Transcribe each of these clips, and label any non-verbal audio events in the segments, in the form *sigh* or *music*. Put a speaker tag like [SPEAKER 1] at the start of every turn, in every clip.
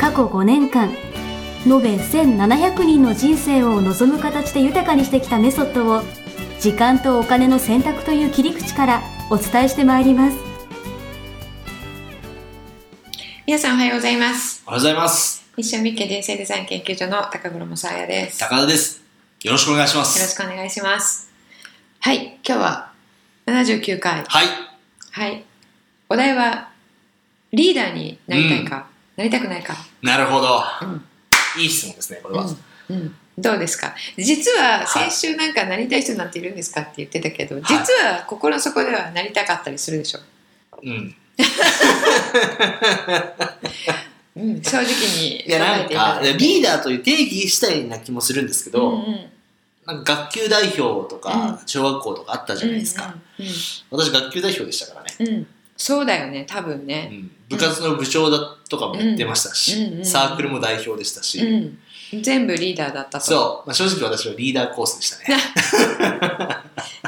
[SPEAKER 1] 過去5年間延べ1700人の人生を望む形で豊かにしてきたメソッドを時間とお金の選択という切り口からお伝えしてまいります
[SPEAKER 2] 皆さんおはようございます
[SPEAKER 3] おはようございます。
[SPEAKER 2] 一生日経人生デザイン研究所の高室もさやですよ
[SPEAKER 3] 高田です。よろしくお願いしま
[SPEAKER 2] ろし
[SPEAKER 3] す。
[SPEAKER 2] くお願いしますはい今日は79回
[SPEAKER 3] はい。
[SPEAKER 2] はいお題はリーダーになりたいか、なりたくないか、
[SPEAKER 3] なるほど。
[SPEAKER 2] うん
[SPEAKER 3] いい質問ですね、これ
[SPEAKER 2] う
[SPEAKER 3] は。
[SPEAKER 2] んうんどうですか実は先週なんかなりたい人なんているんですかって言ってたけど、実は心の底ではなりたかったりするでしょ、
[SPEAKER 3] うん。
[SPEAKER 2] うん、正直に
[SPEAKER 3] いや、なん
[SPEAKER 2] いた
[SPEAKER 3] か
[SPEAKER 2] だい、て
[SPEAKER 3] リーダーという定義したいな気もするんですけ
[SPEAKER 2] うん
[SPEAKER 3] ど、
[SPEAKER 2] うん
[SPEAKER 3] なんか学級代表とか、小学校とかあったじゃないですか。
[SPEAKER 2] うんうん
[SPEAKER 3] 私、学級代表でしたからね。
[SPEAKER 2] うん、そうだよね多分
[SPEAKER 3] う
[SPEAKER 2] ね、
[SPEAKER 3] ん、部活の部長だとかもやってましたし、
[SPEAKER 2] うんうん
[SPEAKER 3] サークルも代表でしたし、
[SPEAKER 2] うん、全部リーダーだったと
[SPEAKER 3] そう、まあ、正直私はリーダーコースでした
[SPEAKER 2] *laughs*
[SPEAKER 3] ね。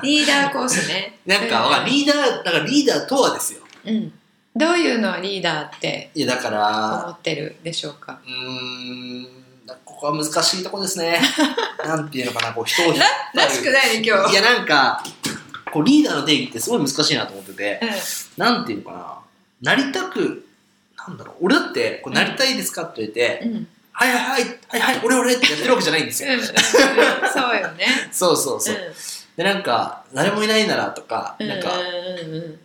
[SPEAKER 2] リーダーコースね
[SPEAKER 3] *laughs* なんか、わかんないリーダー、だからリーダーとはですよ。
[SPEAKER 2] うん、どういうのをリーダーって
[SPEAKER 3] いや、だから、
[SPEAKER 2] 思ってるでしょうか
[SPEAKER 3] うーんここは難しいとこで
[SPEAKER 2] *laughs*
[SPEAKER 3] すね。なんていうのかな、こう人を引っ張
[SPEAKER 2] ら
[SPEAKER 3] る
[SPEAKER 2] しくないね今
[SPEAKER 3] い
[SPEAKER 2] 日、
[SPEAKER 3] や、なんか、こうリーダーの定義ってすごい難しいなと思ってて、なんていうのかな、なりたく、なんだろう、俺だって、こうなりたいですかって言って、
[SPEAKER 2] うん
[SPEAKER 3] *laughs*
[SPEAKER 2] うんうん、
[SPEAKER 3] はいはいはい、はいはい、俺俺ってやってるわけじゃないんですよ。
[SPEAKER 2] そうよね
[SPEAKER 3] そうそうそう。で、なんか、誰もいないならとか、
[SPEAKER 2] うん
[SPEAKER 3] なんか、
[SPEAKER 2] うんうんうん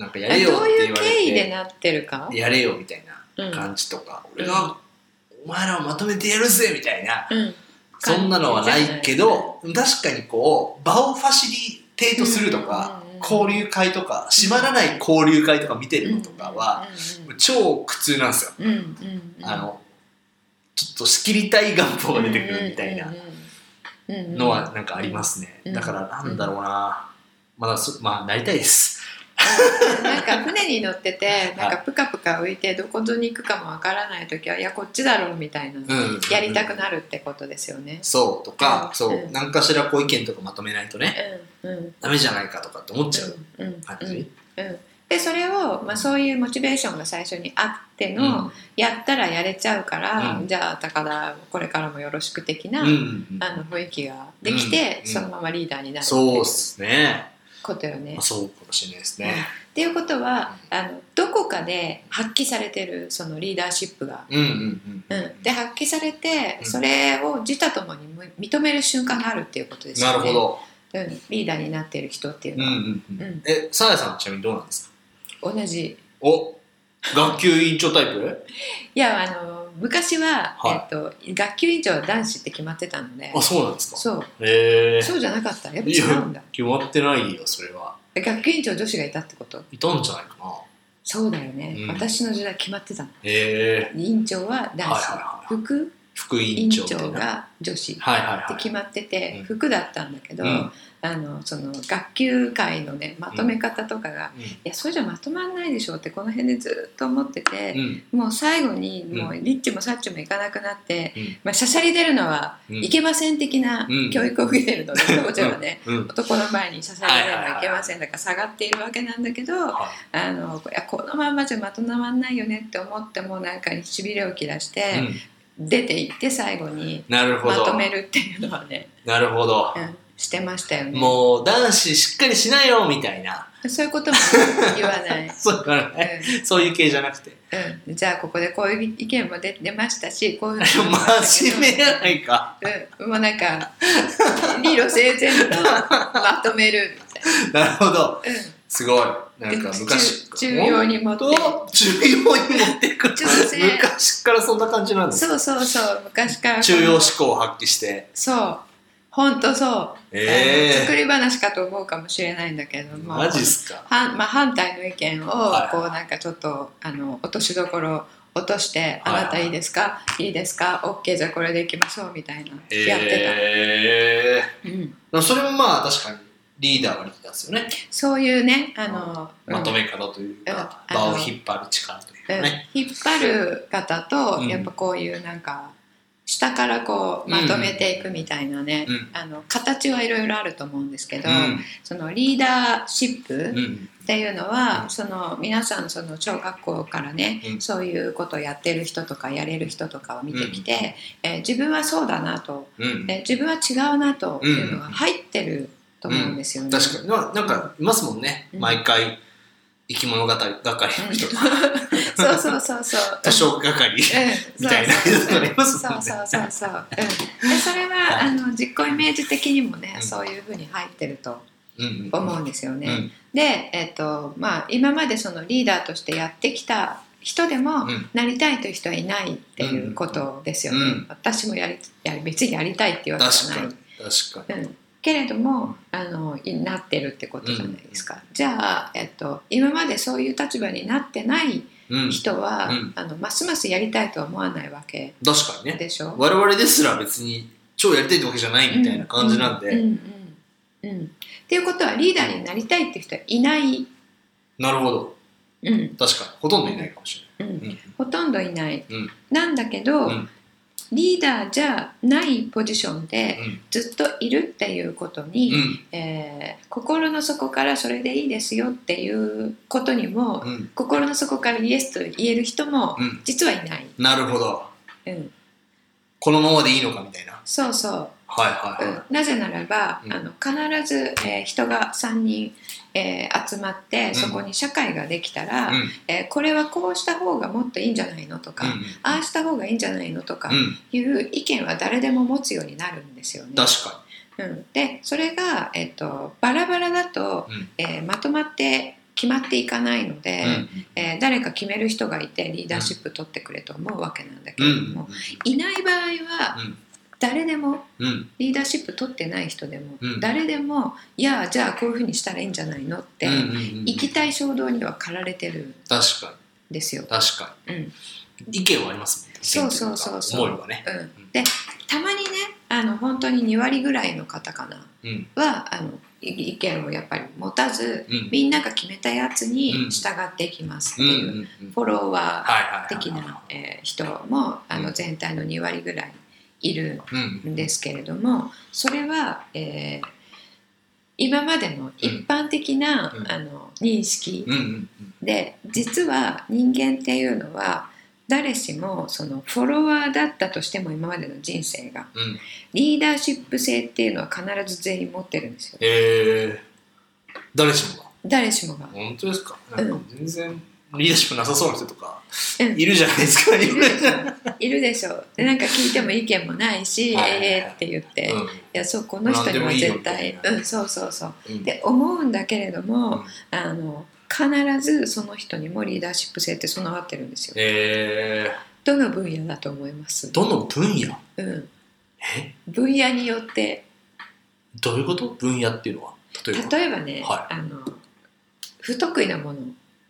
[SPEAKER 3] なんかや
[SPEAKER 2] どう
[SPEAKER 3] れよって
[SPEAKER 2] い
[SPEAKER 3] 言
[SPEAKER 2] う
[SPEAKER 3] わ
[SPEAKER 2] 経緯で
[SPEAKER 3] れ
[SPEAKER 2] なってるか
[SPEAKER 3] て、やれよみたいな感じとか、俺が、お前らをまとめてやるぜみたいな。
[SPEAKER 2] うん
[SPEAKER 3] そんなのはないけど、確かにこう、場をファシリテートするとか、
[SPEAKER 2] うんうんうん
[SPEAKER 3] 交流会とか、閉まらない交流会とか見てるのとかは、、超苦痛なんですよ。
[SPEAKER 2] うんうんうんうん、
[SPEAKER 3] あの、ちょっと仕切りたい願望が出てくるみたいなのはなんかありますね。
[SPEAKER 2] うん
[SPEAKER 3] だからなんだろうな。まだそ、まあ、なりたいです。
[SPEAKER 2] なんか船に乗っててなんかプカプカ浮いてどこに行くかもわからない時はいやこっちだろうみたいな、
[SPEAKER 3] うん
[SPEAKER 2] やりたくなるってことですよね。
[SPEAKER 3] そうとか
[SPEAKER 2] う、ん
[SPEAKER 3] そうう、
[SPEAKER 2] ん
[SPEAKER 3] 何かしらこう意見とかまとめないとね、
[SPEAKER 2] うんうん
[SPEAKER 3] ダメじゃないかとかって思っちゃう
[SPEAKER 2] うんうん
[SPEAKER 3] 感じ。
[SPEAKER 2] うんでそれを、まあ、そういうモチベーションが最初にあって
[SPEAKER 3] う
[SPEAKER 2] の、
[SPEAKER 3] ん。
[SPEAKER 2] やったらやれちゃうから、
[SPEAKER 3] うん
[SPEAKER 2] じゃあ高田これからもよろしく的な、
[SPEAKER 3] うんうん
[SPEAKER 2] あの雰囲気ができて、
[SPEAKER 3] うん
[SPEAKER 2] そのままリーダーになるって
[SPEAKER 3] そ
[SPEAKER 2] いうう
[SPEAKER 3] っすね。
[SPEAKER 2] ことよね
[SPEAKER 3] まあ、。そうかもしれないですね。
[SPEAKER 2] っていうことはあのどこかで発揮されてるそのリーダーシップが
[SPEAKER 3] うんうんうん。
[SPEAKER 2] うん、で発揮されて
[SPEAKER 3] うん
[SPEAKER 2] それを自他ともにむ認める瞬間があるっていうことです
[SPEAKER 3] な
[SPEAKER 2] よね
[SPEAKER 3] るほ、ど。
[SPEAKER 2] うん、リーダーになっている人っていう
[SPEAKER 3] うん
[SPEAKER 2] の
[SPEAKER 3] う
[SPEAKER 2] は、
[SPEAKER 3] んう
[SPEAKER 2] うん
[SPEAKER 3] ん。え、さやさんはちなみにどうなんですか
[SPEAKER 2] 同じ
[SPEAKER 3] お学級委員長タイプ
[SPEAKER 2] いやあの昔は、
[SPEAKER 3] はい
[SPEAKER 2] えっと、学級委員長は男子って決まってたので
[SPEAKER 3] あ、そうなんですか。
[SPEAKER 2] そう
[SPEAKER 3] へえ。
[SPEAKER 2] そうじゃなかったやっぱ違うんだ
[SPEAKER 3] 決まってないよ、それは。
[SPEAKER 2] 学級委員長女子がいたってこと
[SPEAKER 3] いたんじゃないかな。
[SPEAKER 2] そうだよね、
[SPEAKER 3] うん
[SPEAKER 2] 私の時代決まってたの
[SPEAKER 3] へえ。
[SPEAKER 2] 委員長は男子、
[SPEAKER 3] はいはいはい
[SPEAKER 2] 副
[SPEAKER 3] 副委
[SPEAKER 2] 委
[SPEAKER 3] 員
[SPEAKER 2] 員
[SPEAKER 3] 長みた
[SPEAKER 2] 長
[SPEAKER 3] いな。はい
[SPEAKER 2] が女子
[SPEAKER 3] はい
[SPEAKER 2] って
[SPEAKER 3] は
[SPEAKER 2] 決まってて、
[SPEAKER 3] うん
[SPEAKER 2] 服だったんだけど、
[SPEAKER 3] うん
[SPEAKER 2] あのその学級会のねまとめ方とかが、い
[SPEAKER 3] い。
[SPEAKER 2] やそれじゃまとまらないでしょうってこの辺でずっと思って
[SPEAKER 3] うん。う
[SPEAKER 2] て、
[SPEAKER 3] ん
[SPEAKER 2] もう最後に
[SPEAKER 3] うん
[SPEAKER 2] もうリッチもサッチもいかなくなって、
[SPEAKER 3] うん
[SPEAKER 2] まあ、しゃしゃり出るのは
[SPEAKER 3] うん
[SPEAKER 2] いけません的な
[SPEAKER 3] うん
[SPEAKER 2] 教育を受けてるの
[SPEAKER 3] *laughs*
[SPEAKER 2] で、当時はね。
[SPEAKER 3] うん。
[SPEAKER 2] 男の前にしゃしゃり出るのはいけませんだから下がっているわけなんだけど、
[SPEAKER 3] は
[SPEAKER 2] あのいやこのまんまじゃまとまんないよねって思ってもうなんかしびれを切らし
[SPEAKER 3] い。う
[SPEAKER 2] て、
[SPEAKER 3] ん
[SPEAKER 2] 出て行って最後に
[SPEAKER 3] なるほ
[SPEAKER 2] ま
[SPEAKER 3] ど
[SPEAKER 2] と。めるっていうのはね
[SPEAKER 3] なるほど。
[SPEAKER 2] うんしてましたよね。
[SPEAKER 3] もう男子しっかりしないよみたいな。
[SPEAKER 2] そういうことも言わない。
[SPEAKER 3] *laughs*
[SPEAKER 2] う
[SPEAKER 3] そうだね。
[SPEAKER 2] ん
[SPEAKER 3] そういう系じゃなくて。 *laughs*
[SPEAKER 2] うん、じゃあここでこういう意見も出出ましたしこういうのもあったけど
[SPEAKER 3] *laughs* 真面目やないか。
[SPEAKER 2] うん、もうなんか理路整然とまとめるみ
[SPEAKER 3] なるほど。
[SPEAKER 2] たい
[SPEAKER 3] すごい。な
[SPEAKER 2] な、うん、
[SPEAKER 3] ん
[SPEAKER 2] で
[SPEAKER 3] か
[SPEAKER 2] 中
[SPEAKER 3] 昔
[SPEAKER 2] 中央に持って
[SPEAKER 3] と中央に持ってくる
[SPEAKER 2] 中性
[SPEAKER 3] 昔からそんな感じなんです
[SPEAKER 2] そうそうそう昔からこの
[SPEAKER 3] 中央思考を発揮して
[SPEAKER 2] そう本当そう、あの
[SPEAKER 3] え
[SPEAKER 2] 作り話かと思うかもしれないんだけど
[SPEAKER 3] え
[SPEAKER 2] も
[SPEAKER 3] マジっすか
[SPEAKER 2] 反まあ、反対の意見を
[SPEAKER 3] はい
[SPEAKER 2] こうなんかちょっとあの落としどころ落として「あ
[SPEAKER 3] はい
[SPEAKER 2] なたいいですかいいですか OK じゃあこれでいきましょう」みたいなやって
[SPEAKER 3] え
[SPEAKER 2] た、うん、
[SPEAKER 3] ー、それもまあ確かにリーダーはリーダーですよね、
[SPEAKER 2] そういうねあの、うん
[SPEAKER 3] まとめ方というか
[SPEAKER 2] うん
[SPEAKER 3] 場を引っ張る力というか
[SPEAKER 2] うん
[SPEAKER 3] ね、
[SPEAKER 2] 引っ張る方と
[SPEAKER 3] うん
[SPEAKER 2] やっぱこういうなんか下からこうまとめていくみたいなね、
[SPEAKER 3] うん
[SPEAKER 2] あの形はいろいろあると思うんですけど、
[SPEAKER 3] うん
[SPEAKER 2] そのリーダーシップ、
[SPEAKER 3] うん
[SPEAKER 2] っていうのは、
[SPEAKER 3] うん
[SPEAKER 2] その皆さんその小学校からね、
[SPEAKER 3] うん
[SPEAKER 2] そういうことをやってる人とかやれる人とかを見てきて、えー自分はそうだなと、
[SPEAKER 3] うん
[SPEAKER 2] えー自分は違うなというのが
[SPEAKER 3] うん
[SPEAKER 2] 入ってると思うんですよね。
[SPEAKER 3] 確かにななんかいますもんね、
[SPEAKER 2] うん
[SPEAKER 3] 毎回生き物係係の人とか、
[SPEAKER 2] *laughs* そうそうそうそう。
[SPEAKER 3] 多少係、
[SPEAKER 2] *laughs* うん
[SPEAKER 3] みたいな
[SPEAKER 2] そうそう
[SPEAKER 3] やつがありますもんね
[SPEAKER 2] そうそうそうそう。うん、でそれはあの実行イメージ的にもね、
[SPEAKER 3] うん
[SPEAKER 2] そういうふうに入ってると
[SPEAKER 3] うんうん
[SPEAKER 2] 思うんですよね。
[SPEAKER 3] うん
[SPEAKER 2] で、えっとまあ、今までそのリーダーとしてやってきた人でも、
[SPEAKER 3] うん
[SPEAKER 2] なりたいという人はいないっていうことですよね。
[SPEAKER 3] うん
[SPEAKER 2] 私もやりやり別にやりたいっていうわけじ
[SPEAKER 3] 確
[SPEAKER 2] ゃ
[SPEAKER 3] か
[SPEAKER 2] ない
[SPEAKER 3] に。確
[SPEAKER 2] う
[SPEAKER 3] か
[SPEAKER 2] んけれどもあのいなってるってことじゃないですか、じゃあ、えっと、今までそういう立場になってない
[SPEAKER 3] に、うん、
[SPEAKER 2] 人は、
[SPEAKER 3] うん
[SPEAKER 2] あのますますやりたいとは思わないわけ
[SPEAKER 3] 確かにね
[SPEAKER 2] でしょ
[SPEAKER 3] 我々ですら別に超やりたいってわけじゃないみたいな感じなんで、
[SPEAKER 2] うんうんうんうんっていうことはリーダーになりたいって人はいない、
[SPEAKER 3] なるほど
[SPEAKER 2] うん
[SPEAKER 3] 確かにほとんどいないかもし
[SPEAKER 2] うん
[SPEAKER 3] れない、
[SPEAKER 2] ほとんどいない、
[SPEAKER 3] うん
[SPEAKER 2] なんだけど、
[SPEAKER 3] うん
[SPEAKER 2] リーダーじゃないポジションで
[SPEAKER 3] うん
[SPEAKER 2] ずっといるっていうこと
[SPEAKER 3] う
[SPEAKER 2] に、
[SPEAKER 3] ん
[SPEAKER 2] えー心の底からそれでいいですよっていうことにも、
[SPEAKER 3] うんうん
[SPEAKER 2] 心の底からイエスと言える人も
[SPEAKER 3] うん
[SPEAKER 2] 実はいない、
[SPEAKER 3] なるほど
[SPEAKER 2] うん、
[SPEAKER 3] このままでいいのかみたいな
[SPEAKER 2] そうそう
[SPEAKER 3] はいはいはい、
[SPEAKER 2] なぜならば、
[SPEAKER 3] うん
[SPEAKER 2] あの必ず、えー人が3人、えー集まって
[SPEAKER 3] ん
[SPEAKER 2] そこに社会ができたら、
[SPEAKER 3] うん
[SPEAKER 2] えーこれはこうした方がもっといいんじゃないのとか、
[SPEAKER 3] うん
[SPEAKER 2] ああした方がいいんじゃないのとか
[SPEAKER 3] うん
[SPEAKER 2] いう意見は誰でも持つようになるんですよね。
[SPEAKER 3] 確か
[SPEAKER 2] うん、でそれが、えっとバラバラだと、
[SPEAKER 3] に、うん
[SPEAKER 2] えーまとまって決まっていかないので、えー誰か決める人がいてリーダーシップ取ってくれと思うわけなんだけ
[SPEAKER 3] うん
[SPEAKER 2] れ
[SPEAKER 3] う
[SPEAKER 2] ども、
[SPEAKER 3] ん
[SPEAKER 2] いない場合は誰でも
[SPEAKER 3] うんうん
[SPEAKER 2] リーダーシップ取ってない人でも、
[SPEAKER 3] うん
[SPEAKER 2] 誰でもいやじゃあこういうふうにしたらいいんじゃないのって、
[SPEAKER 3] うんうんうんうん
[SPEAKER 2] 行きたい衝動には駆られてるん
[SPEAKER 3] 確か
[SPEAKER 2] ですよ
[SPEAKER 3] に。確か
[SPEAKER 2] うん
[SPEAKER 3] に意見はありますもんね
[SPEAKER 2] そうそうそうそう
[SPEAKER 3] 思いはね
[SPEAKER 2] うん、でたまにねあの本当に2割ぐらいの方かな
[SPEAKER 3] うん
[SPEAKER 2] はあのい意見をやっぱり持たず
[SPEAKER 3] うん
[SPEAKER 2] みんなが決めたやつ
[SPEAKER 3] う
[SPEAKER 2] に
[SPEAKER 3] ん
[SPEAKER 2] 従っていきますって
[SPEAKER 3] うん
[SPEAKER 2] いう、
[SPEAKER 3] うんうん
[SPEAKER 2] フォロワ
[SPEAKER 3] はいはいは
[SPEAKER 2] ー
[SPEAKER 3] い
[SPEAKER 2] 的な、えー人もあ
[SPEAKER 3] う
[SPEAKER 2] の
[SPEAKER 3] ん
[SPEAKER 2] 全体の2割ぐらいいる
[SPEAKER 3] うん
[SPEAKER 2] んですけれどもそれは、えー今までの一般的な、
[SPEAKER 3] うん
[SPEAKER 2] あの認識
[SPEAKER 3] うんうん
[SPEAKER 2] で実は人間っていうのは誰しもそのフォロワーだったとしても今までの人生が
[SPEAKER 3] うんうん
[SPEAKER 2] リーダーシップ性っていうのは必ず全員持ってるんですよ
[SPEAKER 3] えー誰しもが
[SPEAKER 2] 誰しも
[SPEAKER 3] *laughs*
[SPEAKER 2] が。
[SPEAKER 3] 本当ですか
[SPEAKER 2] う
[SPEAKER 3] なんんか全然リーダーシップなさそうな人とか
[SPEAKER 2] うん
[SPEAKER 3] いるじゃないですかいるじゃない
[SPEAKER 2] いるでしょでなんか聞いても意見もないし「
[SPEAKER 3] はい
[SPEAKER 2] ええ」って言って、いやそうこの人には絶対
[SPEAKER 3] 何でもいいよみたいな
[SPEAKER 2] うん、そうそうそう
[SPEAKER 3] うんうん
[SPEAKER 2] って思うんだけれども、
[SPEAKER 3] うん
[SPEAKER 2] あの必ずその人にもリーダーシップ性って備わってるんですよ
[SPEAKER 3] え
[SPEAKER 2] どの分野だと思います
[SPEAKER 3] ーどの分野
[SPEAKER 2] うん、
[SPEAKER 3] え
[SPEAKER 2] 分野によって
[SPEAKER 3] どういうこと分野っていうのは例えば
[SPEAKER 2] 例えばね、
[SPEAKER 3] は
[SPEAKER 2] あの不得意なもの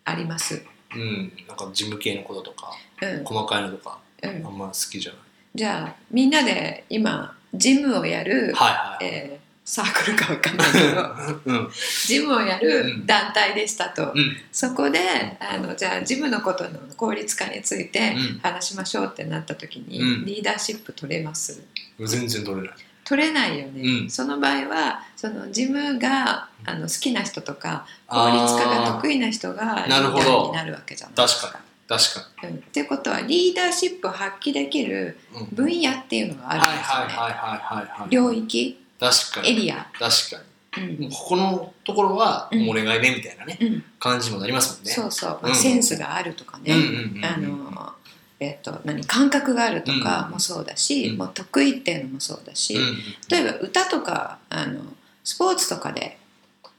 [SPEAKER 2] あります、
[SPEAKER 3] うんなんか事務系のこととか
[SPEAKER 2] うん
[SPEAKER 3] 細かいのとか
[SPEAKER 2] うん
[SPEAKER 3] あ、んま好きじゃない
[SPEAKER 2] じゃあみんなで今ジムをやる、
[SPEAKER 3] はいはい
[SPEAKER 2] えーサークルかわかんないけ
[SPEAKER 3] *laughs*
[SPEAKER 2] ど
[SPEAKER 3] うん
[SPEAKER 2] ジムをや
[SPEAKER 3] う
[SPEAKER 2] る
[SPEAKER 3] ん
[SPEAKER 2] 団体でしたと、
[SPEAKER 3] うん
[SPEAKER 2] そこであのじゃあジムのことの効率化について
[SPEAKER 3] うん
[SPEAKER 2] 話しましょうってなった時に、
[SPEAKER 3] うん
[SPEAKER 2] リーダーシップ取れます
[SPEAKER 3] 全然取れない。
[SPEAKER 2] 取れないよね、
[SPEAKER 3] うん
[SPEAKER 2] その場合はそのジムがあの好きな人とか効率化が得
[SPEAKER 3] 意。
[SPEAKER 2] 意な人がリ
[SPEAKER 3] ー
[SPEAKER 2] ー
[SPEAKER 3] な
[SPEAKER 2] ダ
[SPEAKER 3] るほど
[SPEAKER 2] ーになるわけじゃないです
[SPEAKER 3] 確か確
[SPEAKER 2] う
[SPEAKER 3] か
[SPEAKER 2] ん、ってことはリーダーシップを発揮できる
[SPEAKER 3] に。うん
[SPEAKER 2] 分野っていうのがあるん
[SPEAKER 3] はい
[SPEAKER 2] ですよ
[SPEAKER 3] は
[SPEAKER 2] ね、
[SPEAKER 3] いはいはいはいはい。
[SPEAKER 2] 領域
[SPEAKER 3] 確か
[SPEAKER 2] エ
[SPEAKER 3] に
[SPEAKER 2] リア、
[SPEAKER 3] 確か
[SPEAKER 2] うん
[SPEAKER 3] に。もうここのところは
[SPEAKER 2] うん
[SPEAKER 3] もうお願いねみたいなね
[SPEAKER 2] うん
[SPEAKER 3] 感じにもなりますもんね。
[SPEAKER 2] そうそう、まあ
[SPEAKER 3] うん
[SPEAKER 2] センスがあるとかね、
[SPEAKER 3] うんうんうん。
[SPEAKER 2] あのえっと何感覚があるとかもそうだし、
[SPEAKER 3] うん
[SPEAKER 2] もう得意っていうのもそうだし、
[SPEAKER 3] うんうん
[SPEAKER 2] 例えば歌とかあのスポーツとかで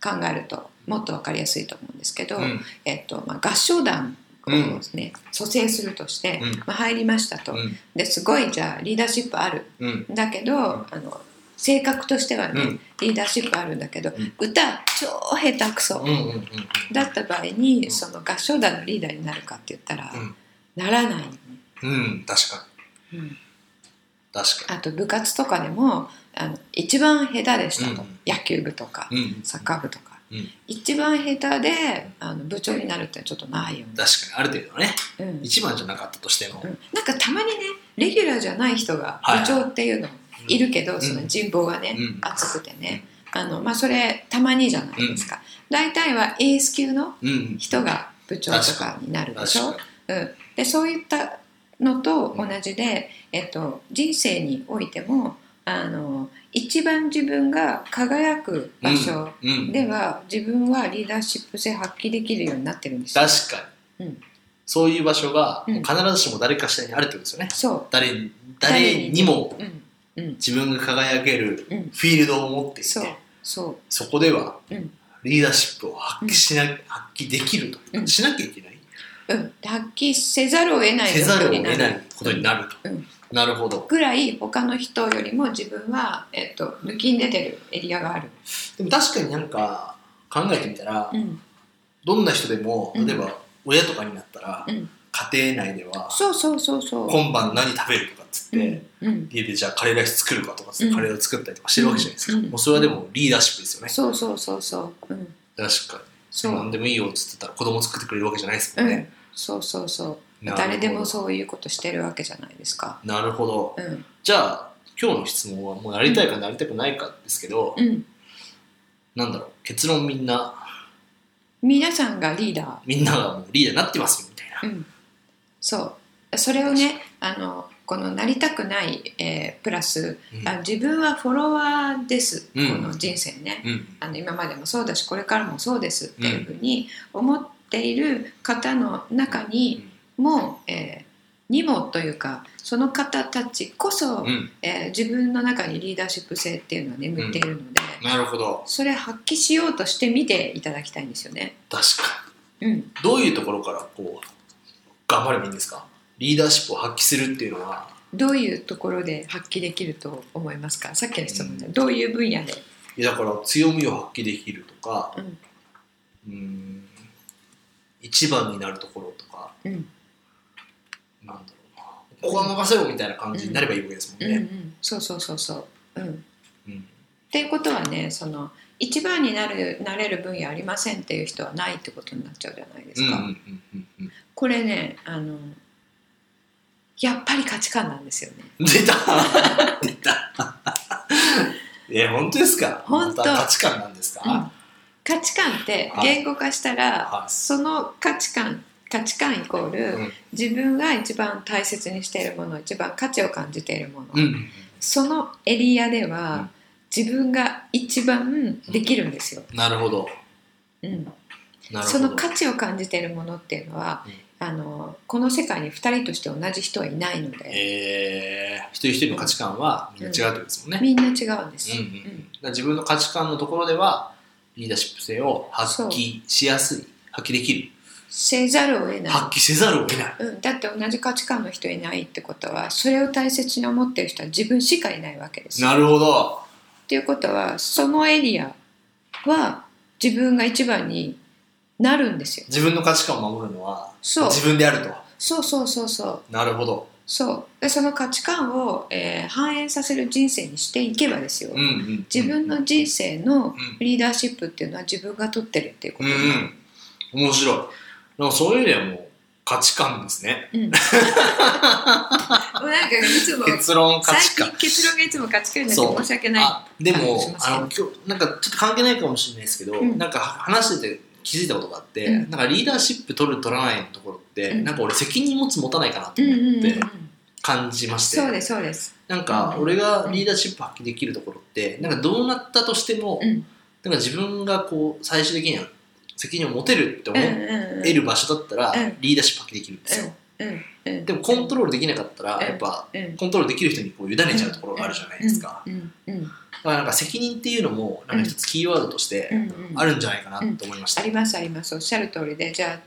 [SPEAKER 2] 考えるともっと分かりやすいと思うんですけど、
[SPEAKER 3] うん
[SPEAKER 2] えっとまあ、合唱団を
[SPEAKER 3] うん
[SPEAKER 2] ね、蘇生するとして、
[SPEAKER 3] うん
[SPEAKER 2] まあ、入りましたと、
[SPEAKER 3] うん
[SPEAKER 2] ですごいじゃあリーダーシップある
[SPEAKER 3] うん
[SPEAKER 2] だけど、あの性格としてはね、
[SPEAKER 3] うん
[SPEAKER 2] リーダーシップあるんだけど、
[SPEAKER 3] ん
[SPEAKER 2] 歌超下手くそ、
[SPEAKER 3] うんうんうんうん
[SPEAKER 2] だった場合に
[SPEAKER 3] ん
[SPEAKER 2] その合唱団のリーダーになるかって言ったら、
[SPEAKER 3] うん
[SPEAKER 2] ならないよね、
[SPEAKER 3] うん、確か
[SPEAKER 2] うん
[SPEAKER 3] に。確か
[SPEAKER 2] あと部活とかでもあの一番下手でしたと、
[SPEAKER 3] うん
[SPEAKER 2] 野球部とか、
[SPEAKER 3] に。うん。
[SPEAKER 2] サッカー部とか、
[SPEAKER 3] うん
[SPEAKER 2] 一番下手であの部長になるってちょっとないよね、
[SPEAKER 3] 確かに、ある程度ね、
[SPEAKER 2] うん
[SPEAKER 3] 一番じゃなかったとしても
[SPEAKER 2] う。んなんかたまにねレギュラーじゃない人が
[SPEAKER 3] はい
[SPEAKER 2] 部長っていうのいるけど、その人望がね、
[SPEAKER 3] うん
[SPEAKER 2] 厚くてねあの、まあ、それたまにじゃないですか、大体はエース級の
[SPEAKER 3] うん。うん。
[SPEAKER 2] 人が部長とかになるで
[SPEAKER 3] 確
[SPEAKER 2] しょ
[SPEAKER 3] か、
[SPEAKER 2] うん、でそういったのと同じで、えっと、人生においてもあの一番自分が輝く場所
[SPEAKER 3] に。うん。
[SPEAKER 2] では、自分はリーダーシップ性発揮できるようになってるんですよ。
[SPEAKER 3] 確かに、
[SPEAKER 2] うん
[SPEAKER 3] そういう場所が
[SPEAKER 2] うん
[SPEAKER 3] 必ずしも誰かしらにあるってことですよね、
[SPEAKER 2] そ
[SPEAKER 3] 誰に誰にも
[SPEAKER 2] う、うんうん
[SPEAKER 3] 自分が輝ける
[SPEAKER 2] うん、
[SPEAKER 3] フィールドを持っていて
[SPEAKER 2] そうそう
[SPEAKER 3] そこでは
[SPEAKER 2] うん
[SPEAKER 3] リーダーシップを発揮しな、発揮できると、
[SPEAKER 2] うん
[SPEAKER 3] しなきゃいけない
[SPEAKER 2] うん、発揮せざるを得ない
[SPEAKER 3] せざるを得
[SPEAKER 2] 状況に
[SPEAKER 3] ないことになると、
[SPEAKER 2] うん
[SPEAKER 3] なるほど
[SPEAKER 2] ぐらい他の人よりも自分は、えっと、抜きん出てるエリアがある、
[SPEAKER 3] でも確かになんか考えてみたら、
[SPEAKER 2] うん
[SPEAKER 3] どんな人でも
[SPEAKER 2] うん
[SPEAKER 3] 例えば親とかになったら、
[SPEAKER 2] うん、
[SPEAKER 3] 家庭内では
[SPEAKER 2] そうそうそうそう
[SPEAKER 3] 今晩何食べるとかっつって、
[SPEAKER 2] うんうん、
[SPEAKER 3] 家でじゃあカレーライス作るかとかっつっ
[SPEAKER 2] うん
[SPEAKER 3] てカレーを作ったりとかしてるわけじゃないですか、
[SPEAKER 2] うん
[SPEAKER 3] もうそれはでもリーダーシップですよね、
[SPEAKER 2] そうそうそうそう、うん、
[SPEAKER 3] 確か
[SPEAKER 2] そう
[SPEAKER 3] に何でもいいよっつってたら子供作ってくれるわけじゃないです
[SPEAKER 2] う
[SPEAKER 3] もん
[SPEAKER 2] ん
[SPEAKER 3] ね、、
[SPEAKER 2] そうそうそう
[SPEAKER 3] なるほど
[SPEAKER 2] 誰でもそういうことしてるわけじゃないですか
[SPEAKER 3] なるほど
[SPEAKER 2] うん
[SPEAKER 3] じゃあ今日の質問はもうなりたいかなりたくないかですけど、
[SPEAKER 2] うん
[SPEAKER 3] なんだろう結論みんな
[SPEAKER 2] 皆さんがリーダ
[SPEAKER 3] みんながもうリーダーになってますよみたいな
[SPEAKER 2] ー、うん、そうそれをねあのこのなりたくない、えープラス、
[SPEAKER 3] うん
[SPEAKER 2] あ自分はフォロワーです、
[SPEAKER 3] うん
[SPEAKER 2] この人生ね、
[SPEAKER 3] うん
[SPEAKER 2] あの今までもそうだしこれからもそうですっていうふうに思っている方の中にも、えーにもというかその方たちこそ、
[SPEAKER 3] うん
[SPEAKER 2] えー自分の中にリーダーシップ性っていうのは眠っているので、
[SPEAKER 3] なるほど
[SPEAKER 2] それ発揮しようとして見ていただきたいんですよね。
[SPEAKER 3] 確か
[SPEAKER 2] うん、
[SPEAKER 3] にどういうところからこう頑張ればいいんですかリーダーシップを発揮するっていうのは
[SPEAKER 2] どういうところで発揮できると思いますかさっきの質問で、
[SPEAKER 3] うん
[SPEAKER 2] どういう分野で、
[SPEAKER 3] いやだから強みを発揮できるとか
[SPEAKER 2] うん
[SPEAKER 3] うーん一番になるところとか
[SPEAKER 2] うん
[SPEAKER 3] なんだろうなここは任せろみたいな感じになればいいわけですも
[SPEAKER 2] うんんう
[SPEAKER 3] ね。
[SPEAKER 2] ん、そうそうそうそう、うん、
[SPEAKER 3] うん
[SPEAKER 2] っていうことはねその一番になるなれる分野ありませんっていう人はないってことになっちゃうじゃないですか、
[SPEAKER 3] うんうんうん
[SPEAKER 2] これねあのやっぱり価値観なんですよね
[SPEAKER 3] うん出た出たえ本当ですか
[SPEAKER 2] 本当
[SPEAKER 3] また価値観なんです
[SPEAKER 2] うん
[SPEAKER 3] か、
[SPEAKER 2] 価値観って
[SPEAKER 3] はい
[SPEAKER 2] 言語化したら、
[SPEAKER 3] はい
[SPEAKER 2] その価値観価値観イコール、
[SPEAKER 3] うん
[SPEAKER 2] 自分が一番大切にしているもの一番価値を感じているもの、
[SPEAKER 3] うんうん
[SPEAKER 2] そのエリアで
[SPEAKER 3] うん
[SPEAKER 2] は、自分が一番できるんですよ、
[SPEAKER 3] なるほど
[SPEAKER 2] うん、
[SPEAKER 3] なるほ
[SPEAKER 2] そ
[SPEAKER 3] ど
[SPEAKER 2] の価値を感じているものっていうのは、あのこの世界に2人として同じ人はいないので、
[SPEAKER 3] えー、一人一人の価値観はみんな違うってことですもんね、
[SPEAKER 2] みんな違うんです、
[SPEAKER 3] うんうんうんだから自分の価値観のところではリーダーシップ性を発揮しやすい発揮できる
[SPEAKER 2] せざるを得ない、
[SPEAKER 3] 発揮せざるを得ない
[SPEAKER 2] うん、だって同じ価値観の人いないってことはそれを大切に思ってる人は自分しかいないわけです。っ
[SPEAKER 3] なるほど
[SPEAKER 2] ていうことはそのエリアは自分が一番になるんですよ。
[SPEAKER 3] 自分の価値観を守るのは
[SPEAKER 2] そう
[SPEAKER 3] 自分であると
[SPEAKER 2] そうそうそうそう
[SPEAKER 3] なるほど
[SPEAKER 2] そうでその価値観を、えー反映させる人生にしていけばですよ、
[SPEAKER 3] うんうん
[SPEAKER 2] 自分の人生の
[SPEAKER 3] うん
[SPEAKER 2] リーダーシップっていうのは自分が取ってるっていうこ
[SPEAKER 3] う
[SPEAKER 2] と
[SPEAKER 3] ん
[SPEAKER 2] になる
[SPEAKER 3] *laughs* うん面白いなんかそういう意味ではもう価値観ですね
[SPEAKER 2] うん、もうなんかいつも
[SPEAKER 3] 結論価
[SPEAKER 2] 最
[SPEAKER 3] 値観
[SPEAKER 2] 近結論がいつも価値観にな
[SPEAKER 3] そ
[SPEAKER 2] っ
[SPEAKER 3] う
[SPEAKER 2] て申し訳な
[SPEAKER 3] あで
[SPEAKER 2] 感
[SPEAKER 3] も
[SPEAKER 2] じしますけ
[SPEAKER 3] あ
[SPEAKER 2] ど
[SPEAKER 3] の今日なんかちょっと関係ないかもしれないですけど、
[SPEAKER 2] うん
[SPEAKER 3] なんか話してて気づいたことがあって、
[SPEAKER 2] うん
[SPEAKER 3] なんかリーダーシップ取る取らないのところって、
[SPEAKER 2] うん
[SPEAKER 3] なんか俺責任持つ持たないかなと
[SPEAKER 2] い。うん
[SPEAKER 3] 思っ
[SPEAKER 2] うんうん
[SPEAKER 3] て感じまして、
[SPEAKER 2] そうですそうです。
[SPEAKER 3] なんか俺がリーダーシップ発揮できるところってなんかどうなったとしても、
[SPEAKER 2] うん
[SPEAKER 3] なんか自分がこう最終的には責任を持てるって思
[SPEAKER 2] うんう
[SPEAKER 3] え
[SPEAKER 2] んうん。
[SPEAKER 3] る場所だったら、
[SPEAKER 2] うん
[SPEAKER 3] リーダーシップ発揮できるんですよ、
[SPEAKER 2] うんうん。
[SPEAKER 3] でもコントロールできなかったら、
[SPEAKER 2] うん
[SPEAKER 3] やっぱ
[SPEAKER 2] うん
[SPEAKER 3] コントロールできる人にこう委ねちゃうところがあるじゃないですか、
[SPEAKER 2] うんうん
[SPEAKER 3] だからなんか責任っていうのもなんか一つキーワードとして、
[SPEAKER 2] うんうん。
[SPEAKER 3] あるんじゃないかなと思いました。
[SPEAKER 2] ありますありますおっしゃる通りでじゃあ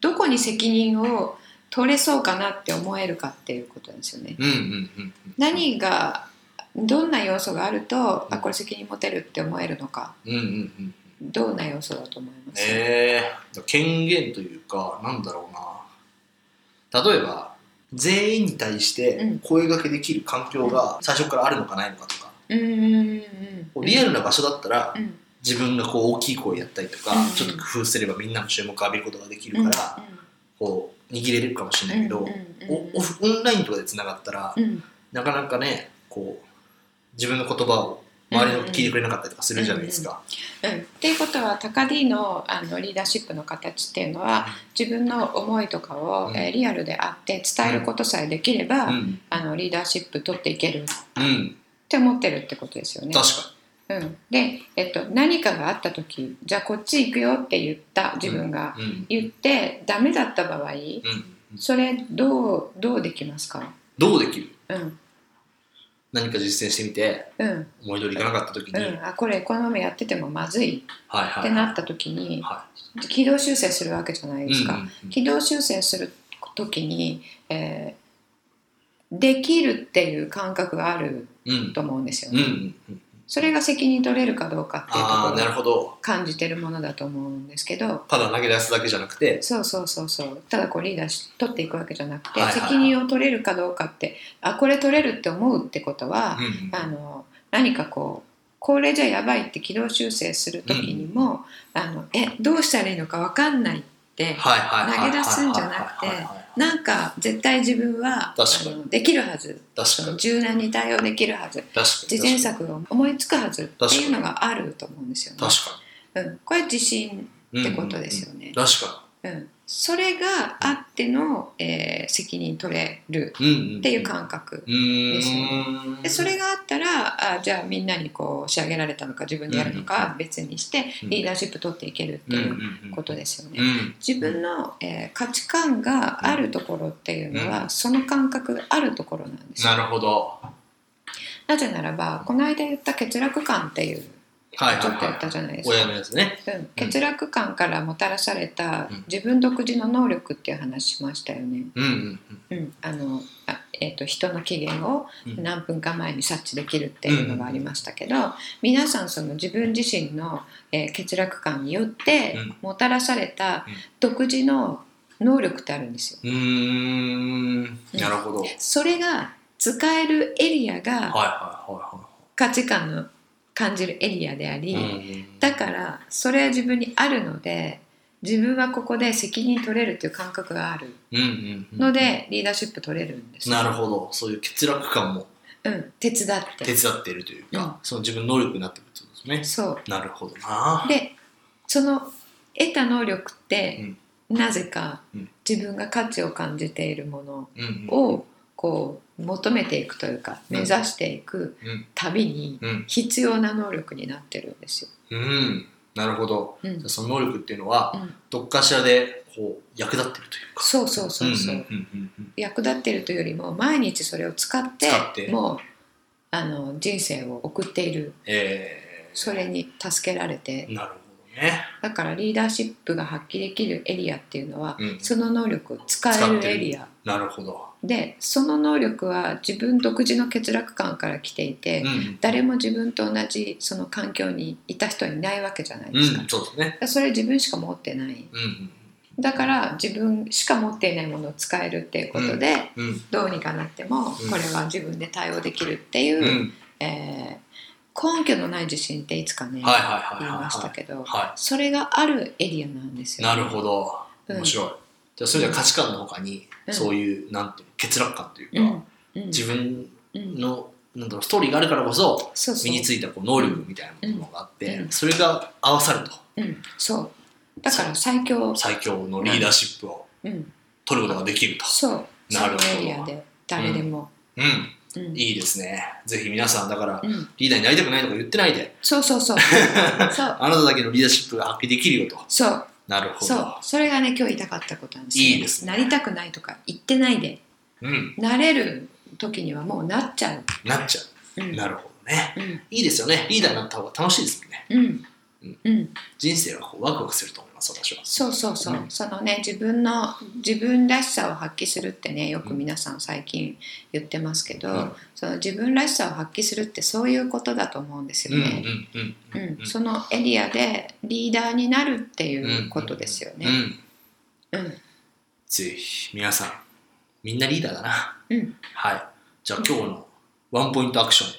[SPEAKER 2] どこに責任を取れそうかなって思えるかっていうことなんですよね。
[SPEAKER 3] うんうんうんうん。
[SPEAKER 2] 何がどんな要素があるとあこれ責任持てるって思えるのか
[SPEAKER 3] うんうんうん。
[SPEAKER 2] どんな要素だと思います。
[SPEAKER 3] ええー、権限というか、なんだろうな。例えば全員に対して声掛けできる環境が最初からあるのかないのかとか、
[SPEAKER 2] うんうんうん
[SPEAKER 3] リアルな場所だったら
[SPEAKER 2] うん
[SPEAKER 3] 自分がこう大きい声やったりとか、
[SPEAKER 2] うん
[SPEAKER 3] ちょっと工夫すればみんなの注目を浴びることができるから、こう握れるかもしれないけど、
[SPEAKER 2] うんうんうん
[SPEAKER 3] オオフオンラインとかでつながったら、
[SPEAKER 2] うん
[SPEAKER 3] なかなかねこう自分の言葉を周りの聞いてくれなかったりとかするじゃないですか。
[SPEAKER 2] うんっていうことは高 D のあのリーダーシップの形っていうのは自分の思いとかを、
[SPEAKER 3] うん
[SPEAKER 2] えーリアルであって伝えることさえできれば、
[SPEAKER 3] うん、
[SPEAKER 2] あのリーダーシップ取っていけるっ
[SPEAKER 3] うん、
[SPEAKER 2] て思ってるってことですよね。
[SPEAKER 3] 確か
[SPEAKER 2] うん、で、えっと、何かがあった時じゃあこっち行くよって言った自分が、
[SPEAKER 3] に。うん
[SPEAKER 2] 言ってダメだった場合
[SPEAKER 3] うん、
[SPEAKER 2] それどうどうできますか、
[SPEAKER 3] どうできる
[SPEAKER 2] うん
[SPEAKER 3] 何か実践してみて
[SPEAKER 2] うん
[SPEAKER 3] 思い通りいかなかった時に、
[SPEAKER 2] う
[SPEAKER 3] はい
[SPEAKER 2] ん、あこれこのままやっててもまずいっ
[SPEAKER 3] は
[SPEAKER 2] て
[SPEAKER 3] い
[SPEAKER 2] なった時に
[SPEAKER 3] は
[SPEAKER 2] 軌道修正するわけじゃない
[SPEAKER 3] い
[SPEAKER 2] ですか。
[SPEAKER 3] うん
[SPEAKER 2] 軌道修正する時に、えーできるっていう感覚がある
[SPEAKER 3] うん
[SPEAKER 2] と思うんですよ
[SPEAKER 3] うんう
[SPEAKER 2] ね。
[SPEAKER 3] んうん
[SPEAKER 2] それが責任取れるかどうかっていうと
[SPEAKER 3] ああ
[SPEAKER 2] こ
[SPEAKER 3] な
[SPEAKER 2] ろ
[SPEAKER 3] る
[SPEAKER 2] を
[SPEAKER 3] ほど
[SPEAKER 2] 感じてるものだと思うんですけど
[SPEAKER 3] ただ投げ出すだけじゃなくて
[SPEAKER 2] そうそうそうそうただこうリーダーし取っていくわけじゃなくて、
[SPEAKER 3] はいはいはい
[SPEAKER 2] 責任を取れるかどうかってあこれ取れるって思うってことは、
[SPEAKER 3] うんうん
[SPEAKER 2] あの何かこうこれじゃやばいって軌道修正する時にも、あのえどうしたらいいのか分かんないって
[SPEAKER 3] はいはいはいはい
[SPEAKER 2] 投げ出すんじゃなくて
[SPEAKER 3] はいはいはい
[SPEAKER 2] なんか絶対自分は
[SPEAKER 3] 確かに
[SPEAKER 2] あのできるはず
[SPEAKER 3] 確かに
[SPEAKER 2] 柔軟に対応できるはず
[SPEAKER 3] 確かに
[SPEAKER 2] 事前策が思いつくはずっていうのがあると思うんですよね。
[SPEAKER 3] 確か
[SPEAKER 2] うん、これ自信
[SPEAKER 3] に
[SPEAKER 2] ってことですよね
[SPEAKER 3] うんうんうん確か
[SPEAKER 2] うん、それがあっての、えー責任取れる
[SPEAKER 3] にうんうん
[SPEAKER 2] っていう感覚
[SPEAKER 3] うーん
[SPEAKER 2] ですよでそれがあったらあじゃあみんなにこう仕上げられたのか自分でやるのか別にして
[SPEAKER 3] うん
[SPEAKER 2] リーダーシップ取っていけるって
[SPEAKER 3] うん
[SPEAKER 2] い
[SPEAKER 3] うん
[SPEAKER 2] う
[SPEAKER 3] うん
[SPEAKER 2] ことですよね。
[SPEAKER 3] うん
[SPEAKER 2] 自分の、えー価値観があるところっていうのは、
[SPEAKER 3] うん
[SPEAKER 2] その感覚があるところなんですよ
[SPEAKER 3] なるほど
[SPEAKER 2] なぜならばこの間言った欠落感っていう
[SPEAKER 3] はいはい
[SPEAKER 2] ちょっと言っ
[SPEAKER 3] は
[SPEAKER 2] たじゃないで
[SPEAKER 3] い
[SPEAKER 2] すか、
[SPEAKER 3] 親のやつね
[SPEAKER 2] うん欠落感からもたらされた
[SPEAKER 3] うん
[SPEAKER 2] 自分独自の能力っていう話しましたよね、
[SPEAKER 3] うんうんうん
[SPEAKER 2] うんあのあえー、と人の機嫌を
[SPEAKER 3] うん
[SPEAKER 2] 何分か前に察知できるっていうのがありましたけど、皆さんその自分自身の、えー欠落感によって
[SPEAKER 3] うん
[SPEAKER 2] もたらされた
[SPEAKER 3] うん
[SPEAKER 2] 独自の能力ってあるんですよ。
[SPEAKER 3] うーんなるほどはい
[SPEAKER 2] それが使えるエリアが
[SPEAKER 3] は
[SPEAKER 2] 価値観の感じるエリアであ
[SPEAKER 3] い
[SPEAKER 2] り、
[SPEAKER 3] はいはいうん
[SPEAKER 2] だからそれは自分にあるので自分はここで責任取れるという感覚がある
[SPEAKER 3] うんうんうん
[SPEAKER 2] ので、リーダーシップ取れるんですよ
[SPEAKER 3] なるほどそういう欠落感も
[SPEAKER 2] うん、手伝っ
[SPEAKER 3] 手
[SPEAKER 2] て
[SPEAKER 3] 伝っているというか、
[SPEAKER 2] うん
[SPEAKER 3] その自分の能力になってくるってことです
[SPEAKER 2] そう
[SPEAKER 3] ねなるほどな
[SPEAKER 2] でその得た能力って、なぜか
[SPEAKER 3] うん
[SPEAKER 2] 自分が価値を感じているもの
[SPEAKER 3] うんうん
[SPEAKER 2] をこう求めていくというか
[SPEAKER 3] う
[SPEAKER 2] 目
[SPEAKER 3] ん
[SPEAKER 2] 指していく
[SPEAKER 3] うん
[SPEAKER 2] たびに
[SPEAKER 3] うん
[SPEAKER 2] 必要な能力になってるんですよ。
[SPEAKER 3] うんなるほど
[SPEAKER 2] うん
[SPEAKER 3] じゃあその能力っていうのは、
[SPEAKER 2] うん
[SPEAKER 3] どっかしらでこう役立ってるというか
[SPEAKER 2] そうそうそうそう。
[SPEAKER 3] んんうんうん
[SPEAKER 2] 役立ってるというよりも毎日それを使って
[SPEAKER 3] 使って
[SPEAKER 2] もうあの人生を送っている
[SPEAKER 3] えー、
[SPEAKER 2] それに助けられて
[SPEAKER 3] なるほどね
[SPEAKER 2] だからリーダーシップが発揮できるエリアっていうのは、
[SPEAKER 3] うん
[SPEAKER 2] その能力を使えるエリア
[SPEAKER 3] なるほど、
[SPEAKER 2] でその能力は自分独自の欠落感から来ていて、
[SPEAKER 3] うん
[SPEAKER 2] 誰も自分と同じその環境にいた人はいないわけじゃないですか。
[SPEAKER 3] うんそうですね
[SPEAKER 2] それ自分しか持ってない
[SPEAKER 3] うん
[SPEAKER 2] だから自分しか持っていないものを使えるっていうことで、
[SPEAKER 3] うんうん
[SPEAKER 2] どうにかなっても
[SPEAKER 3] うん
[SPEAKER 2] これは自分で対応できるっていうう、
[SPEAKER 3] ん
[SPEAKER 2] えー根拠のない自信っていつかね、
[SPEAKER 3] はいはいはい
[SPEAKER 2] 言い
[SPEAKER 3] はい
[SPEAKER 2] ました
[SPEAKER 3] は
[SPEAKER 2] けど、
[SPEAKER 3] いは
[SPEAKER 2] それがあるエリアなんです
[SPEAKER 3] い
[SPEAKER 2] よ。
[SPEAKER 3] なるほど
[SPEAKER 2] うん
[SPEAKER 3] 面白い、じゃあそれじゃ価値観のほかに、
[SPEAKER 2] うん
[SPEAKER 3] そういうなんていうの欠落感というか、
[SPEAKER 2] うんうん
[SPEAKER 3] 自分
[SPEAKER 2] うん
[SPEAKER 3] のなんだろうストーリーがあるからこそ
[SPEAKER 2] そうそう
[SPEAKER 3] 身についたこう能力みたいなものがあって、
[SPEAKER 2] うん
[SPEAKER 3] それが合わさると
[SPEAKER 2] うんそうだから最強、
[SPEAKER 3] 最強のリーダーシップを
[SPEAKER 2] うん、
[SPEAKER 3] 取ることができると、
[SPEAKER 2] そうそ
[SPEAKER 3] なる
[SPEAKER 2] の
[SPEAKER 3] ほ
[SPEAKER 2] エ
[SPEAKER 3] ど
[SPEAKER 2] リアで誰でも、
[SPEAKER 3] う
[SPEAKER 2] う
[SPEAKER 3] ん
[SPEAKER 2] ん
[SPEAKER 3] いいですねぜひ皆さんだから
[SPEAKER 2] うん
[SPEAKER 3] リーダーになりたくないとか言ってないで
[SPEAKER 2] そうそう
[SPEAKER 3] *laughs*
[SPEAKER 2] そうそう
[SPEAKER 3] あなただけのリーダーシップが発揮できるよと
[SPEAKER 2] そう
[SPEAKER 3] なるほ
[SPEAKER 2] そ
[SPEAKER 3] ど
[SPEAKER 2] うそれがね今日言いたかったことなんですよ
[SPEAKER 3] いいですね
[SPEAKER 2] なりたくないとか言ってないで
[SPEAKER 3] うん
[SPEAKER 2] なれる時にはもうなっちゃう。
[SPEAKER 3] なっちゃ
[SPEAKER 2] う
[SPEAKER 3] うんなるほどね
[SPEAKER 2] うん
[SPEAKER 3] いいですよねリーダーになった方が楽しいですもんね
[SPEAKER 2] うん
[SPEAKER 3] うん
[SPEAKER 2] うん、
[SPEAKER 3] 人生はこうワクワクすると思います私は
[SPEAKER 2] そうそうそう、
[SPEAKER 3] うん
[SPEAKER 2] そのね自分の自分らしさを発揮するってねよく皆さん最近言ってますけど、
[SPEAKER 3] うん
[SPEAKER 2] その自分らしさを発揮するってそういうことだと思うんです
[SPEAKER 3] う
[SPEAKER 2] よ
[SPEAKER 3] んうん
[SPEAKER 2] ね、
[SPEAKER 3] うん
[SPEAKER 2] うん
[SPEAKER 3] うん
[SPEAKER 2] そのエリアでリーダーになるって
[SPEAKER 3] う
[SPEAKER 2] い
[SPEAKER 3] ん
[SPEAKER 2] うことですよ
[SPEAKER 3] う
[SPEAKER 2] ね、
[SPEAKER 3] ん
[SPEAKER 2] うん
[SPEAKER 3] ぜひ皆さんみんなリーダーだな。
[SPEAKER 2] うん
[SPEAKER 3] はい。じゃあ今日のワンポイントアクション。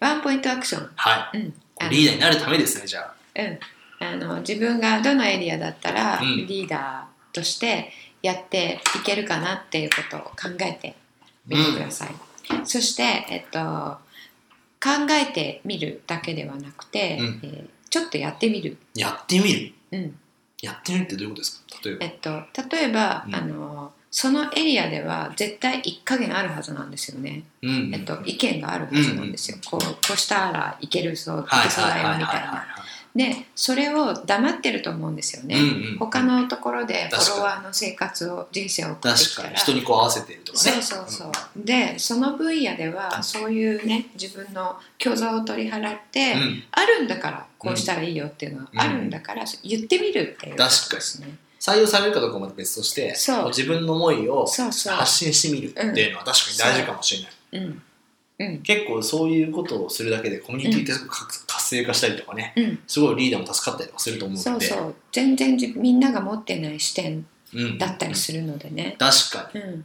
[SPEAKER 2] ワンポイントアクション、
[SPEAKER 3] は
[SPEAKER 2] うん
[SPEAKER 3] い。リーダーになるためですね、じゃあ。
[SPEAKER 2] うん、あの自分がどのエリアだったら
[SPEAKER 3] うん
[SPEAKER 2] リーダーとしてやっていけるかなっていうことを考えてみてください、そして、えっと、考えてみるだけではなくて、
[SPEAKER 3] うん
[SPEAKER 2] えーちょっとやってみる、
[SPEAKER 3] やってみる。
[SPEAKER 2] うん
[SPEAKER 3] やってみるってどういうことですか例えば
[SPEAKER 2] え。っと、例えば、
[SPEAKER 3] うん
[SPEAKER 2] あのそのエリアでは絶対一加減あるはずなんですよね、
[SPEAKER 3] うん
[SPEAKER 2] えっと、意見があるはずなんですよ、こうこうしたらいけるそうい
[SPEAKER 3] はい
[SPEAKER 2] けそう
[SPEAKER 3] は
[SPEAKER 2] だ
[SPEAKER 3] い
[SPEAKER 2] よ
[SPEAKER 3] はいはい
[SPEAKER 2] みたいな
[SPEAKER 3] は
[SPEAKER 2] でそれを黙ってると思うんですよね、
[SPEAKER 3] い。うんうん
[SPEAKER 2] 他のところでフ
[SPEAKER 3] 確かに
[SPEAKER 2] ォロワーの生活を人生を送ってき
[SPEAKER 3] 確
[SPEAKER 2] た
[SPEAKER 3] からに人にこう合わせてるとかね
[SPEAKER 2] そうそうそう、でその分野ではそういうね自分の虚像を取り払って、
[SPEAKER 3] うんうん
[SPEAKER 2] あるんだからこうしたらいいよっていうのはあるんだから言ってみるっていうことですね
[SPEAKER 3] 採用されるかどうかまで別として
[SPEAKER 2] そう
[SPEAKER 3] も自分の思いを
[SPEAKER 2] そうそう
[SPEAKER 3] 発信してみるっていうのは確かに大事かもしれない、
[SPEAKER 2] うんうん
[SPEAKER 3] 結構そういうことをするだけでコミュニティってすごく活活性化したりとかね
[SPEAKER 2] うん
[SPEAKER 3] すごいリーダーも助かったりとかすると思う
[SPEAKER 2] そ
[SPEAKER 3] の
[SPEAKER 2] う
[SPEAKER 3] で
[SPEAKER 2] そう全然じみんなが持ってない視点
[SPEAKER 3] うん
[SPEAKER 2] だったりするのでね
[SPEAKER 3] 確か
[SPEAKER 2] うん
[SPEAKER 3] に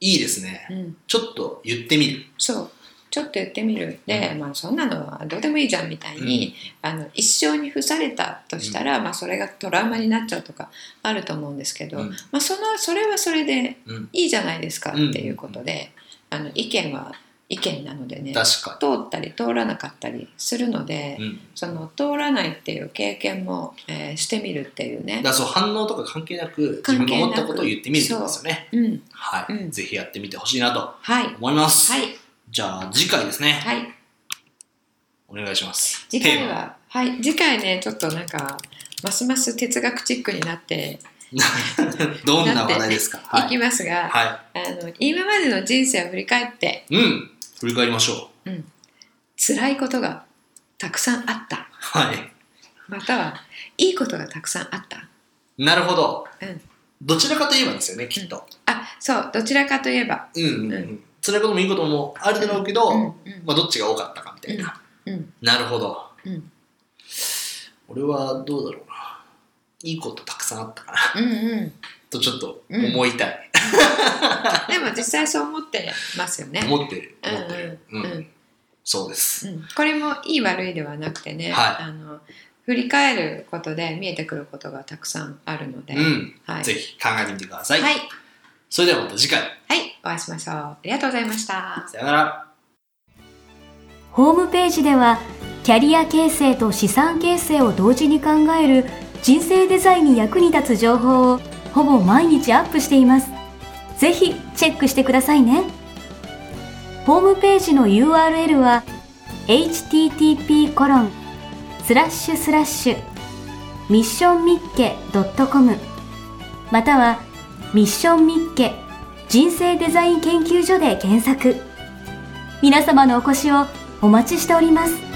[SPEAKER 3] いいですね
[SPEAKER 2] うん
[SPEAKER 3] ちょっと言ってみる
[SPEAKER 2] そうちょっと言ってみるで、まあ、そんなのはどうでもいいじゃんみたいに、あの一生に付されたとしたら、まあ、それがトラウマになっちゃうとかあると思うんですけど、
[SPEAKER 3] うん
[SPEAKER 2] まあ、そのそれはそれで
[SPEAKER 3] うん
[SPEAKER 2] いいじゃないですかっていうことで、あの意見は意見なのでね通
[SPEAKER 3] 確か
[SPEAKER 2] ったり通らなかったりするので、
[SPEAKER 3] に、
[SPEAKER 2] その通らないっていう経験も、えーしてみるっていう
[SPEAKER 3] う
[SPEAKER 2] ね
[SPEAKER 3] ん、だ、からそう反応とか関係なく自
[SPEAKER 2] 関
[SPEAKER 3] 分が
[SPEAKER 2] 係なく
[SPEAKER 3] 思ったことを言ってみるってことですよね
[SPEAKER 2] うん、
[SPEAKER 3] はい、
[SPEAKER 2] うん
[SPEAKER 3] ぜひやってみてほしいなと
[SPEAKER 2] はい
[SPEAKER 3] 思います、
[SPEAKER 2] はい
[SPEAKER 3] じゃあ次回ですね、
[SPEAKER 2] はい
[SPEAKER 3] お願いします
[SPEAKER 2] 次回ははい次回ねちょっとなんかますます哲学チックになって
[SPEAKER 3] テーマ *laughs* どんな話題ですか
[SPEAKER 2] い
[SPEAKER 3] はい、
[SPEAKER 2] きますが、
[SPEAKER 3] は
[SPEAKER 2] あの今までの人生を振り返って
[SPEAKER 3] い、うん振り返りましょう
[SPEAKER 2] 辛いことがたくさんあった
[SPEAKER 3] はい
[SPEAKER 2] またはいいことがたくさんあった
[SPEAKER 3] なるほど、
[SPEAKER 2] うん
[SPEAKER 3] どちらかといえばですよねきっと、
[SPEAKER 2] あそうどちらかといえば
[SPEAKER 3] うんうんう、
[SPEAKER 2] うん
[SPEAKER 3] 辛いこともいいこともあるだろうけど、
[SPEAKER 2] うんうん
[SPEAKER 3] まあ、どっちが多かったかみたいな、
[SPEAKER 2] うん
[SPEAKER 3] なるほど
[SPEAKER 2] うん
[SPEAKER 3] 俺はどうだろうないいことたくさんあったかな *laughs*
[SPEAKER 2] うんうん
[SPEAKER 3] とちょっと思いたい、
[SPEAKER 2] でも実際そう思ってますよね、
[SPEAKER 3] 思ってる
[SPEAKER 2] うん
[SPEAKER 3] 思ってる
[SPEAKER 2] うんうん
[SPEAKER 3] そうです
[SPEAKER 2] うん、これもいい悪いではなくてね、
[SPEAKER 3] はい
[SPEAKER 2] あの振り返ることで見えてくることがたくさんあるので、
[SPEAKER 3] うん、
[SPEAKER 2] はい
[SPEAKER 3] ぜひ考えてみてください、
[SPEAKER 2] はい
[SPEAKER 3] それではまた次回
[SPEAKER 2] はい、お会いしましょう。ありがとうございました。
[SPEAKER 3] さよなら
[SPEAKER 1] ホームページではキャリア形成と資産形成を同時に考える人生デザインに役に立つ情報をほぼ毎日アップしています。ぜひチェックしてくださいね。ホームページの URL は http コロンスラッシュスラッシュミッションミッケ .com またはミッションミッケ人生デザイン研究所で検索。皆様のお越しをお待ちしております。